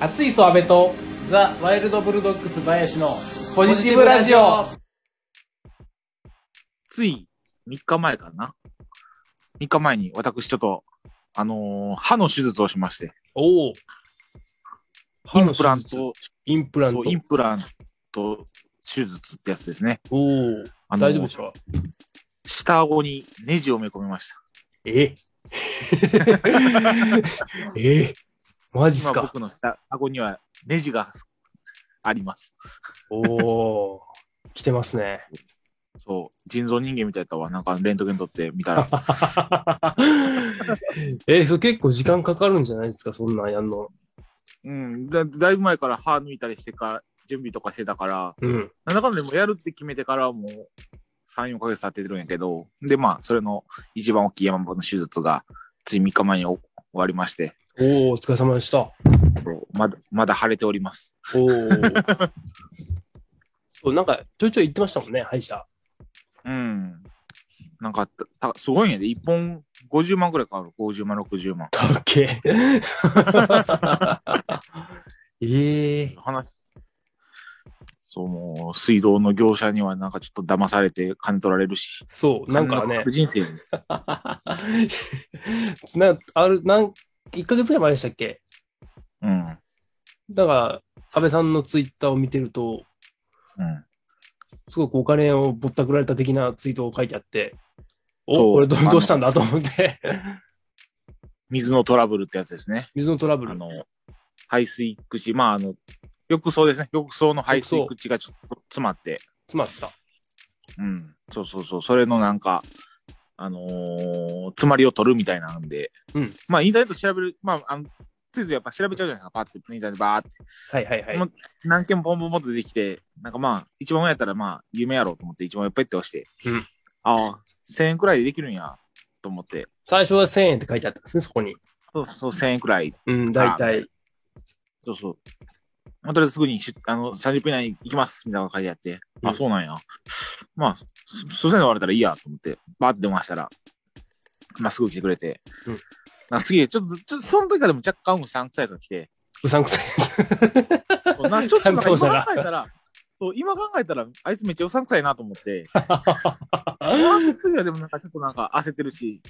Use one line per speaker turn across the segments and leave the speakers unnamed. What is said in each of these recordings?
熱いソアベと
ザ・ワイルド・ブルドッグス林の
ポジティブラジオ
つい3日前かな ?3 日前に私ちょっと、あのー歯の手術をしまして、
おお。
インプラント、
インプラン
そ
ト
う。インプラント手術ってやつですね。
おお。
あのー
大丈夫でしょ
下顎にネジを埋め込みました。
え えマジっす
今
か
僕の下顎にはネジがあります。
おおー。来てますね。
そう、人造人間みたいだったわ。なんかレントゲン撮ってみた ら。
え、それ結構時間かかるんじゃないですかそんなんやんの。
うんだ、だいぶ前から歯抜いたりしてから、準備とかしてたから、
うん。
なんだかんだでもやるって決めてからはもう3、4ヶ月経ってるんやけど、で、まあ、それの一番大きい山本の手術が、つい3日前に終わりまして、
おお、お疲れ様でした。
まだ、まだ腫れております。
おお。 そう、なんかちょいちょい言ってましたもんね、歯医者。
うん。なんかた、たすごいんやで、1本50万くらいかかる。50万、60万。
たっけ。ええ
話、そう、もう、水道の業者にはなんかちょっと騙されて金取られるし。
そう、なんか
金の
ね
かる、人生に。
な、ある、なん、1ヶ月ぐらい前でしたっけ
うん。
だから、安倍さんのツイッターを見てると、
うん。
すごくお金をぼったくられた的なツイートを書いてあって、
そ
お、
う
これど
あの
どうしたんだと思って、
水のトラブルってやつですね。
水のトラブ
あ
ル。
の、排水口、まあ、あの、浴槽ですね。浴槽の排水口がちょっと詰まって、
決まった。
うん。そうそうそう。それのなんか、あのー詰まりを取るみたいなんで、
うん
まあ、インターネット調べる、まあ、あの、ついついやっぱ調べちゃうじゃないですか。パッて、インターネットでバーって。
はいはいはい。
もう何件もポンポンポンと出てきて、なんかまあ、一番上やったらまあ、夢やろうと思って、一番上ペッて押して、
うん
ああ、1000円くらいでできるんや、と思って、
最初は1000円って書いてあったんですね、そこに。
そうそう、1000円くらい
うん、大体。
そうそう。まあ、とりあえずすぐにしあの30分以内に行きますみたいな感じでやって、
う
あ、
ん
そうなんや。まあ、すすいません、言われたらいいやと思って、バーって電話したら、まあ、すぐ来てくれて、
うん
なんかすげえ、ちょっと、ちょっと、その時からでも若干うさんくさい人が来て、
うさんくさ
そうなちょっとなん
担
か
当者
今
が
考えたら、そう、今考えたら、あいつめっちゃうさんくさいなと思って、
い。
次はでもなんかちょっとなんか焦ってるし、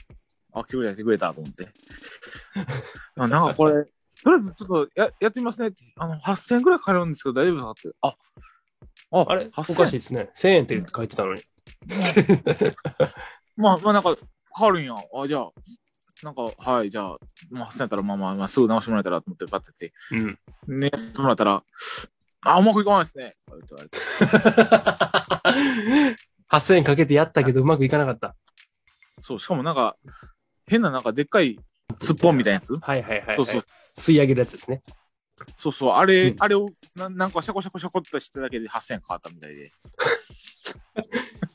あ、来てくれた、来てくれたと思って。 あなんかこれ、とりあえずちょっとややってみますねって、あの、8000円くらいかかるんですけど大丈夫かって。あ、あ
あれお
8000
かしいですね。1000円って書いてたのに。
まあまあなんか、かかるんや。あ、じゃあ、なんか、はい、じゃあ、まあ8000円やったらまあまあまあ、すぐ直してもらえたらと思ってパッてやって、
うん。
ね、やってもらったら、あ、うまくいかないですね。とか言われて
8000円かけてやったけど、うまくいかなかった。
そう、しかもなんか、変ななんかでっかいツッポンみたいなやつ
はいはいはい、はい。
そうそう。
吸い上げるやつですね。
そうそう、あれ、
うん
あれをな、なんかシャコシャコシャコっとしただけで8000円かかったみたいで。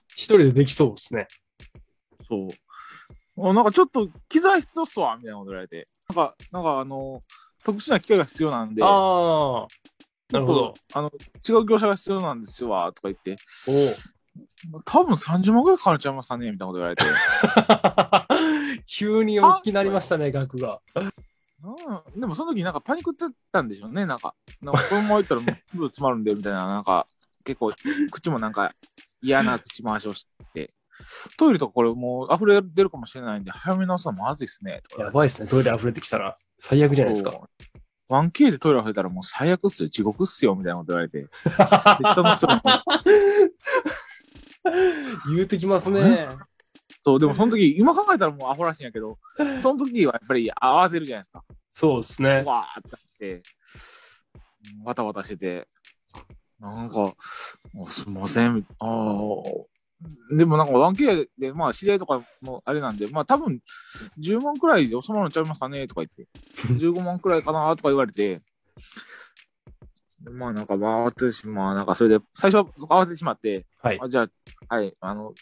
一人でできそうですね。
そう。おなんかちょっと機材必要っすわ、みたいなこと言われて。なんか、なんかあの、特殊な機械が必要なんで、
ああ。
ち
なる
ょっ
ほ
と
ど。
あの、違う業者が必要なんですよわ、とか言って、
おお。
多分30万ぐらいかかっちゃいますかね、みたいなこと言われて。
急に大きなりましたね、額が。
うん、でもその時なんかパニックってたんでしょうね、なんか。なんかこのままいったらもうすぐ詰まるんで、みたいな、なんか、結構、口もなんか嫌な口回しをして、トイレとかこれもう溢れ出るかもしれないんで、早めに直すのはまずいっすね、とか。
やばいですね、トイレ溢れてきたら。最悪じゃないですか。
そう。1K でトイレ溢れたらもう最悪っすよ、地獄っすよ、みたいなこと言われて。で下の人も
言うてきますね。
そう、でもその時、今考えたらもうアホらしいんやけど、その時はやっぱり合わせるじゃないですか。
そうですね。
わーってなって、わたわたしてて、なんか、あすいません、ああ、でもなんか 1K で、まあ、知り合いとかもあれなんで、まあ、多分10万くらいで収まるんちゃいますかねとか言って、15万くらいかなとか言われて、でまあ、なんか、わーってし、まあ、なんか、それで、最初合わせてしまって、
はい
あじゃあ、はい、あの、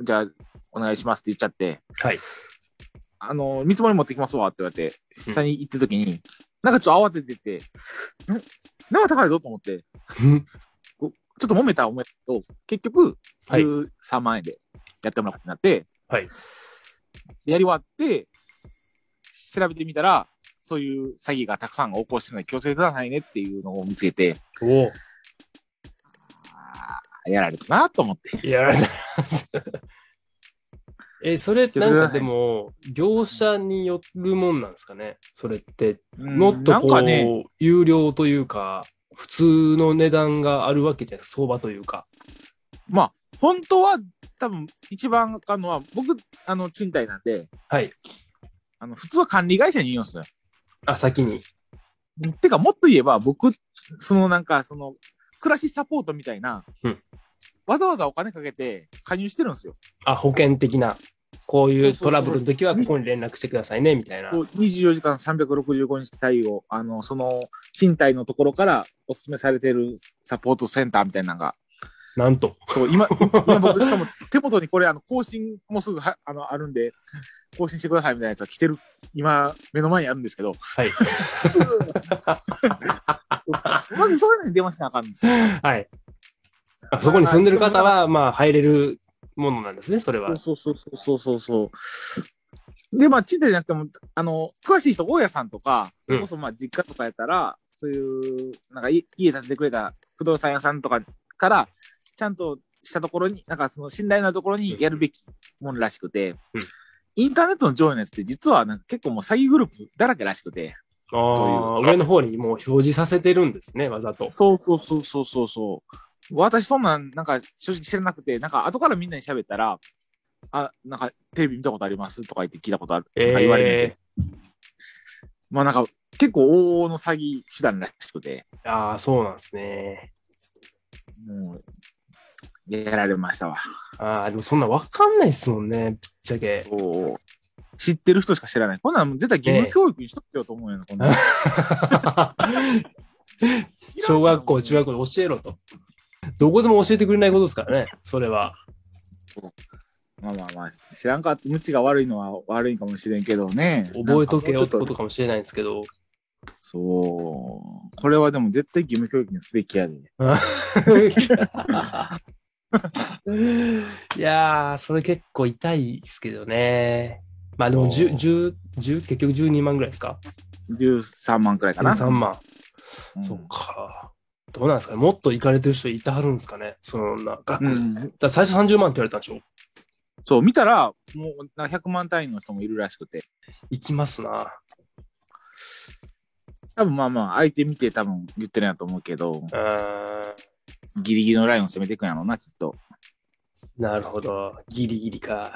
じゃあ、お願いしますって言っちゃって、
はい。
あの、見積もり持ってきますわって言われて、
うん
下に行った時に、なんかちょっと慌ててて、んなんか高いぞと思って、ち
うん
ょっと揉めた思いと、結局、
はい。
13万円でやってもらうことになって、
はい
でやり終わって、調べてみたら、そういう詐欺がたくさん横行してるので、気をつけてくださいねっていうのを見つけて、
お
あーやられたなと思って。
お。やられた。え、それってなんかでも、業者によるもんなんですかねそれって。もっと
なん
こ
か
う、
ね、
有料というか、普通の値段があるわけじゃない相場というか。
まあ、本当は多分一番あかんのは、僕、あの、賃貸なんで、
はい。
あの、普通は管理会社に言うんですよ。
あ、先に。
てか、もっと言えば、僕、そのなんか、その、暮らしサポートみたいな、
うん
わざわざお金かけて加入してるんですよ。
あ、保険的な。こういう
そうそうそう
トラブルの時はここに連絡してくださいね、みたいな
こ。う24時間365日対応、あの、その、賃貸のところからお勧めされてるサポートセンターみたいなのが、
なんと。
そう、 今、今僕、しかも手元にこれ、あの、更新もすぐは、あの、あるんで、更新してくださいみたいなやつが来てる、今、目の前にあるんですけ ど、
はい。
まずそういうのに電話しなあかんんですよ。
はい。あそこに住んでる方は、まあ、入れるものなんですね、それは。
そうそうそうそうそうそう。で、まあ、賃貸じゃなくても、あの、詳しい人、大家さんとか、それこそ、まあ、実家とかやったら、そういう、なんかい、家建ててくれた不動産屋さんとかから、ちゃんとしたところに、なんか、その、信頼のあるところにやるべきものらしくて、
うん
インターネットの上位のやつって、実は、なんか結構もう詐欺グループだらけらしくて、
ああ、上の方にもう表示させてるんですね、わざと。
そうそうそうそうそうそう。私、そんなん、なんか、正直知らなくて、なんか、後からみんなに喋ったら、あ、なんか、テレビ見たことありますとか言って聞いたことある。なんか言われる
え
まあなんか、結構往々の詐欺手段らしくて、
えああ、そうなんですね。
もう、やられましたわ。
ああ、でもそんなわかんないですもんね、ぶっちゃ け。
お知ってる人しか知らない。こんなんもう絶対義務教育にしとけよと思うよな、 こんなん。
小学校、中学校で教えろと。どこでも教えてくれないことですからね、それは。
まあまあまあ、知らんかった。無知が悪いのは悪いかもしれんけどね。
覚えとけよ
な
っ
んか
てこ
もうちょ
と
っ
かもしれないんですけ ど。
そう。これはでも絶対義務教育にすべきやで。
いやー、それ結構痛いですけどね。まあでも10、10、10結局12万ぐらいですか
13万くらいかな。
?3 万。
うん
そっか。どうなんですかねもっと行かれてる人いたはるんですかねそのなんか、
う
だか
ん。
ら最初30万って言われたんでしょ
そう、見たら、もうなんか100万単位の人もいるらしくて。
行きますな。
多分まあまあ、相手見て多分言ってるんやと思うけど、
うーん。
ギリギリのラインを攻めていくんやろうな、きっと。
なるほど。ギリギリか。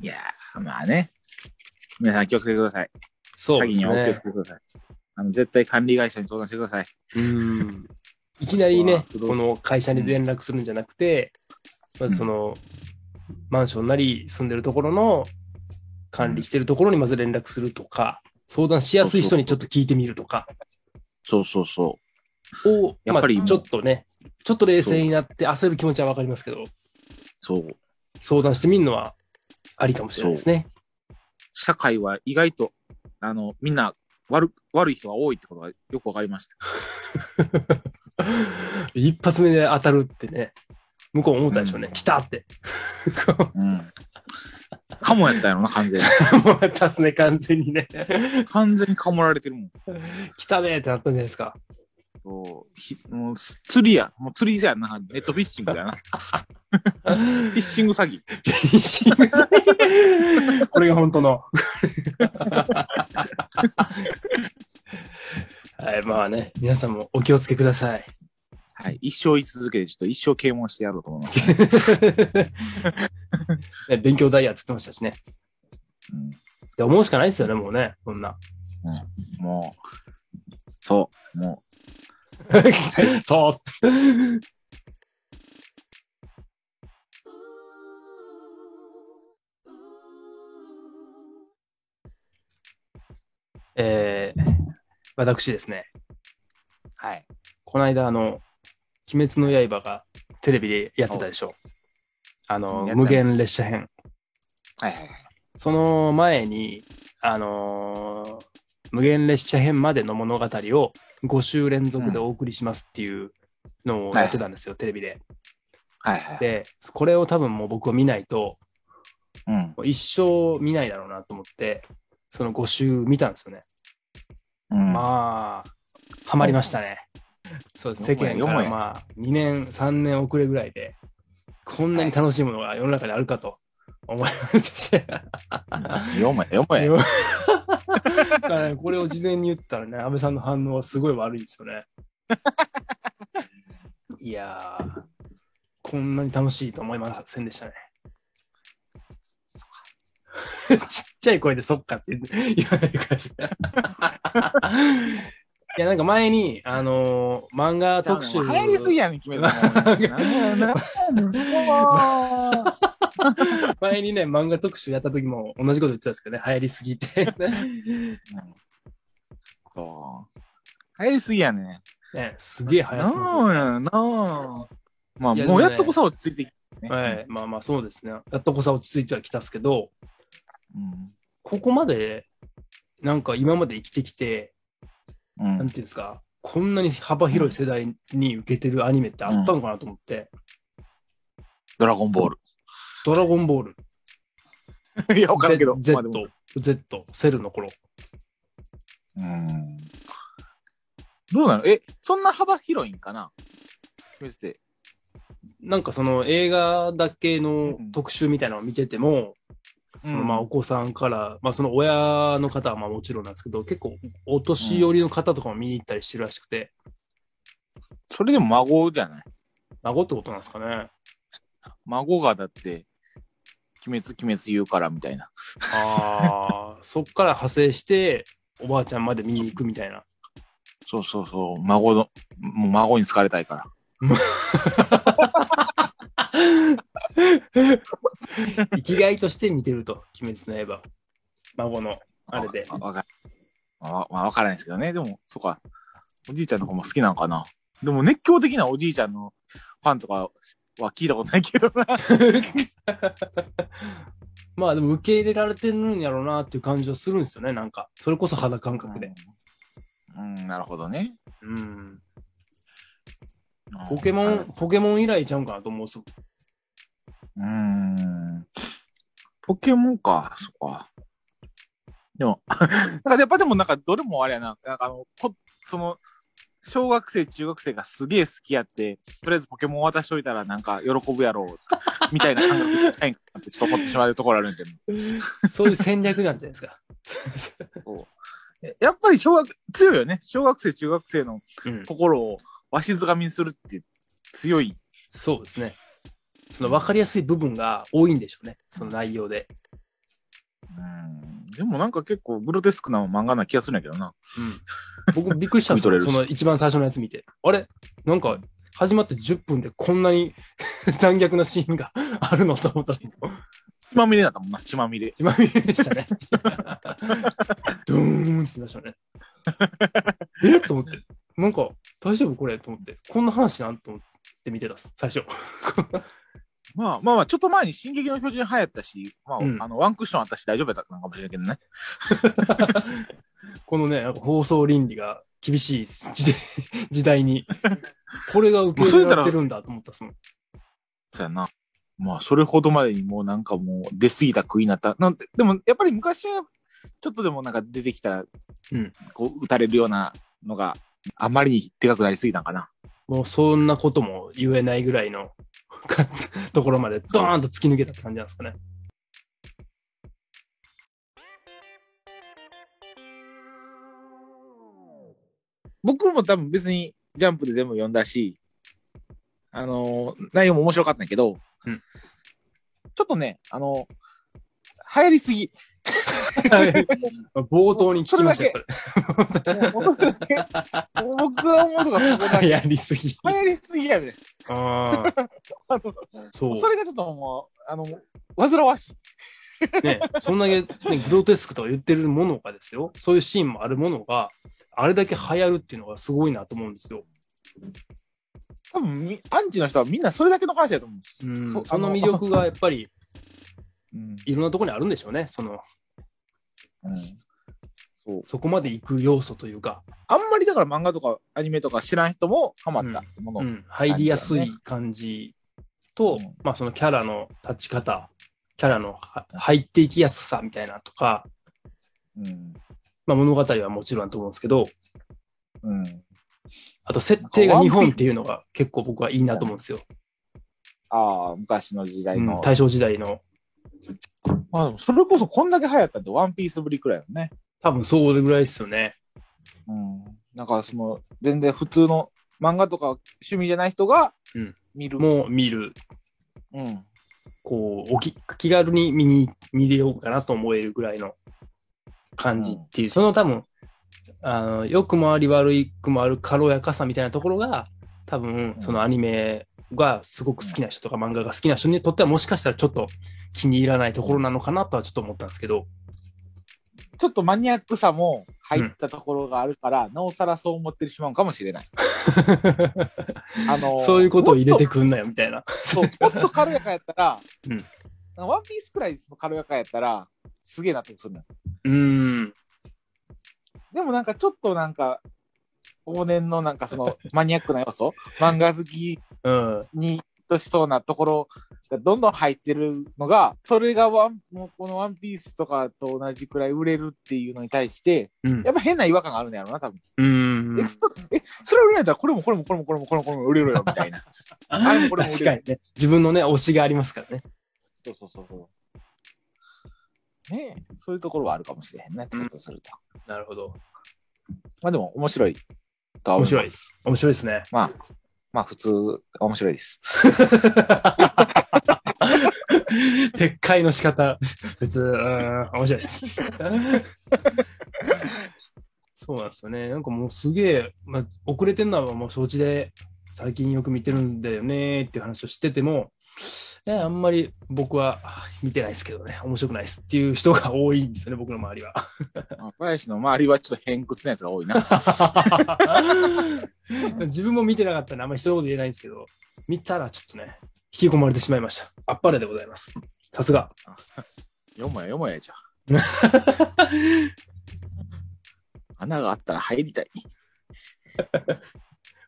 いやー、まあね。皆さん気をつけてください。
そ
詐
うです
欺にはお気をつ
ね
け。てください。あの、絶対管理会社に相談してください。
うん。いきなりね、
そうだ
この会社に連絡するんじゃなくて、まずその、マンションなり住んでるところの管理してるところにまず連絡するとか、相談しやすい人にちょっと聞いてみるとか
そうそうそ
を、
やっぱり
まあちょっとね、ちょっと冷静になって焦る気持ちはわかりますけど、
う。そう。
相談してみるのはありかもしれないですね。
社会は意外と、あの、みんな悪、悪い人が多いってことがよくわかりました。
一発目で当たるってね、向こう思ったでしょうね。
うん
来たって。
うん。カモやったんやろな、完全に。
もらったっすね、完全にね。
完全にカモられてるもん。
来たねってなったんじゃないですか。
そうひもうす釣りや。もう釣りじゃんな。ネットフィッシングだな。フィッシング詐欺。
これが本当の。はい、まあね、皆さんもお気をつけください。
はい。一生言い続けて、ちょっと一生啓蒙してやろうと思います。
ね勉強ダイヤって言ってましたしね。
うん
で思うしかないですよね、もうね、こんな。
もう、そう、も
そう。えー、私ですね、
う。はい。
この間、あの、鬼滅の刃がテレビでやってたでしょ。あの
やっ、た
無限列車編。
はいはいはい。
その前に、あのー無限列車編までの物語を5週連続でお送りしますっていうのをやってたんですよ、テレビで。
はいはい。
で、これを多分もう僕は見ないと、
うん。
もう一生見ないだろうなと思って、その5週見たんですよね。
うん
まあ、ハマりましたね。そうです世
読
間
むや
から
ん読むやん
まあ、2年、3年遅れぐらいで、こんなに楽しいものが世の中にあるかと思いました。
読め、読め。
だからねこれを事前に言ったらね、安倍さんの反応はすごい悪いんです よね。いやー、こんなに楽しいと思いませんでしたね。 ちっちゃい声でそっかって言わないでください。 いや、なんか前に、あのー漫画特集。
流行りすぎやねん、決めたの。
前にね、漫画特集やった時も同じこと言ってたんですけどね、流行りすぎ て。
流行りすぎやね。
ね、すげえ流行ってますよ
なあやなあ。まあ、
いや
もうやっとこそ落ち着いてきてね。
はい、まあまあそうですね。やっとこさ落ち着いてはきたっすけど、
うん
ここまで、なんか今まで生きてきて、
う
なん
ん。
ていうんですか、こんなに幅広い世代に受けてるアニメってあったのかなと思って、
ドラゴンボー
ドラゴンボール、
ル。いや、わからんけど。
Z
まあでも、
Z、セルの頃。
うんどうなのえ、そんな幅広いんかな見せて。
なんかその映画だけの
うん
特集みたいなのを見てても、そのまあお子さんから、まあその親の方はまあもちろんなんですけど、結構お年寄りの方とかも見に行ったりしてるらしくて、
それでも孫じゃない
孫ってことなんですかね。
孫がだって、鬼滅鬼滅言うからみたいな。
ああ、そっから派生して、おばあちゃんまで見に行くみたいな。
そうそうそう。孫の、もう孫に好かれたいから。
生きがいとして見てると、鬼滅の刃。孫の、あれで。
わわかわまあ、わからないですけどね。でも、そうか。おじいちゃんの子も好きなのかな。でも熱狂的なおじいちゃんのファンとかは聞いたことないけど な。
まあでも受け入れられてるんやろうなっていう感じはするんですよね、なんか。それこそ肌感覚で。
うん、うんなるほどね。
うん。
うん
ポケモン、ポケモン以来ちゃうんかなと思うっす。
うん。ポケモンか、そっか。でも、 なんかやっぱでもなんかどれもあれやな、なんかあの、こその、小学生、中学生がすげえ好きやって、とりあえずポケモン渡しといたらなんか喜ぶやろう、みたいな感覚に近いんかなってちょっと思ってしまうところあるんやけど。
そういう戦略なんじゃないですか。
やっぱり小学、強いよね。小学生、中学生の
うん。
心をわしづかみにするって強い。
そうですね。その分かりやすい部分が多いんでしょうね、その内容で。
うん。でもなんか結構グロテスクな漫画な気がするんやけどな。
うん、僕びっくりしたんです
汲み取れ
よ。
る
その
し
一番最初のやつ見て。あれなんか始まって10分でこんなに 残虐なシーンが あるのと思ったんですけど、
血まみれだったもんな、血まみれ。
今見れでしたね。 ドーンってなりましたね。 えっと思って。なんか大丈夫これと思って。こんな話なんと思って見てたっす、最初。
まあまあまあ、ちょっと前に進撃の巨人流行ったし、まあ、
うん
あの、ワンクッションあったし大丈夫やったのかもしれんけどね。
このね、なんか放送倫理が厳しい時代時代に、これが受け入れられてるんだと思ったっすもん。
そうやな。まあ、それほどまでにもうなんかもう出過ぎた食いになった。なんて、でもやっぱり昔は、ちょっとでもなんか出てきたら、
うん
こう、打たれるようなのが、あまりにでかくなりすぎたんかな。
もうそんなことも言えないぐらいの ところまでドーンと突き抜けたって感じなんですか ね。
僕も多分別にジャンプで全部読んだし、あのー内容も面白かったんやけど、
うん
ちょっとね、あのー流行りす ぎ。
冒頭に聞きましたよ、それ。
僕だけ僕が思うとか、ここ だけ
流行りすぎ。
流行りすぎやね。
あ
あ
ーそ
のそれがちょっともう、あの、煩わしい。
う。ね、そんだけ、ね、グロテスクとか言ってるものがですよ、そういうシーンもあるものが、あれだけ流行るっていうのがすごいなと思うんですよ。
多分みアンチの人はみんなそれだけの話やと思う。
うん
そ
そ
あの
の魅力がやっぱり
うん
いろんなところにあるんでしょうね。その、
うんそう
そこまで行く要素というか、
あんまりだから漫画とかアニメとか知らん人もハマったもの。
うん、入りやすい感じと、
うん
まあそのキャラの立ち方、キャラのは入っていきやすさみたいなとか、
うん。
まあ、物語はもちろんだと思うんですけど、
うん。
あと設定が日本っていうのが結構僕はいいなと思うんですよ。
ああ、昔の時代
う
の
ん。大正時代の。
まあでもそれこそこんだけ流行ったってワンピースぶりくらいよね。
多分それぐらいですよね。
うん。なんかその、全然普通の漫画とか趣味じゃない人が
うん
見る。
もう見る、
うん。
こう、おき気軽に見に、見れようかなと思えるぐらいの感じっていう、その多分、あの、良くもあり悪いくもある軽やかさみたいなところが、多分
う、ん
そのアニメがすごく好きな人とか漫画が好きな人にとってはもしかしたらちょっと気に入らないところなのかなとはちょっと思ったんですけ ど、
ちょっとマニアックさも入ったところがあるから、なおさらそう思ってしまうかもしれない。あの
そういうことを入れて
く
くんなよみたいな。
そう、もっと軽やかやったら、
うん
ワンピースくらいその軽やかやったら、すげえ納得するのよ。
うーん。
でもなんかちょっとなんか、往年のなんか そのマニアックな要素、漫画好き
うん。
にとしそうなところがどんどん入ってるのが、それがワン、もうこのワンピースとかと同じくらい売れるっていうのに対して、
うん
やっぱ変な違和感があるんやろうな、多分。
うん。
え、そえそれ売れないんだったら、これもこれもこれもこれもこれもこれも売れろよ、みたい な。あれもこれも売れる
確かにね。自分のね、推しがありますからね。
そうそうそうそう。ねえ、そういうところはあるかもしれへんね、ちょっとすると。
なるほど。
まあでも、面白いとは
面
思います
白いです。面白いですね。
まあ、まあ普通、面白いです。
撤回の仕方。別、うーん、面白いです。 そうなんですよね。なんかもうすげえ、まあ、遅れてんのはもう承知で、最近よく見てるんだよねーっていう話をしてても、ね、あんまり僕はあ見てないですけどね、面白くないですっていう人が多いんですよね、僕の周りは。
まあ林の周りはちょっと偏屈なやつが多い な。
自分も見てなかったんで、あんまり一言言えないんですけど、見たらちょっとね、引き込まれてしまいました。あっぱれでございます。さすが。
よもやよもやじゃ。 穴があったら入りたい。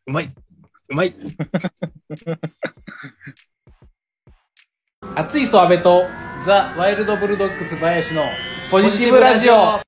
うまい。うまい。
熱いソアベと
ザ・ワイルド・ブルドッグス林の
ポジティブラジオ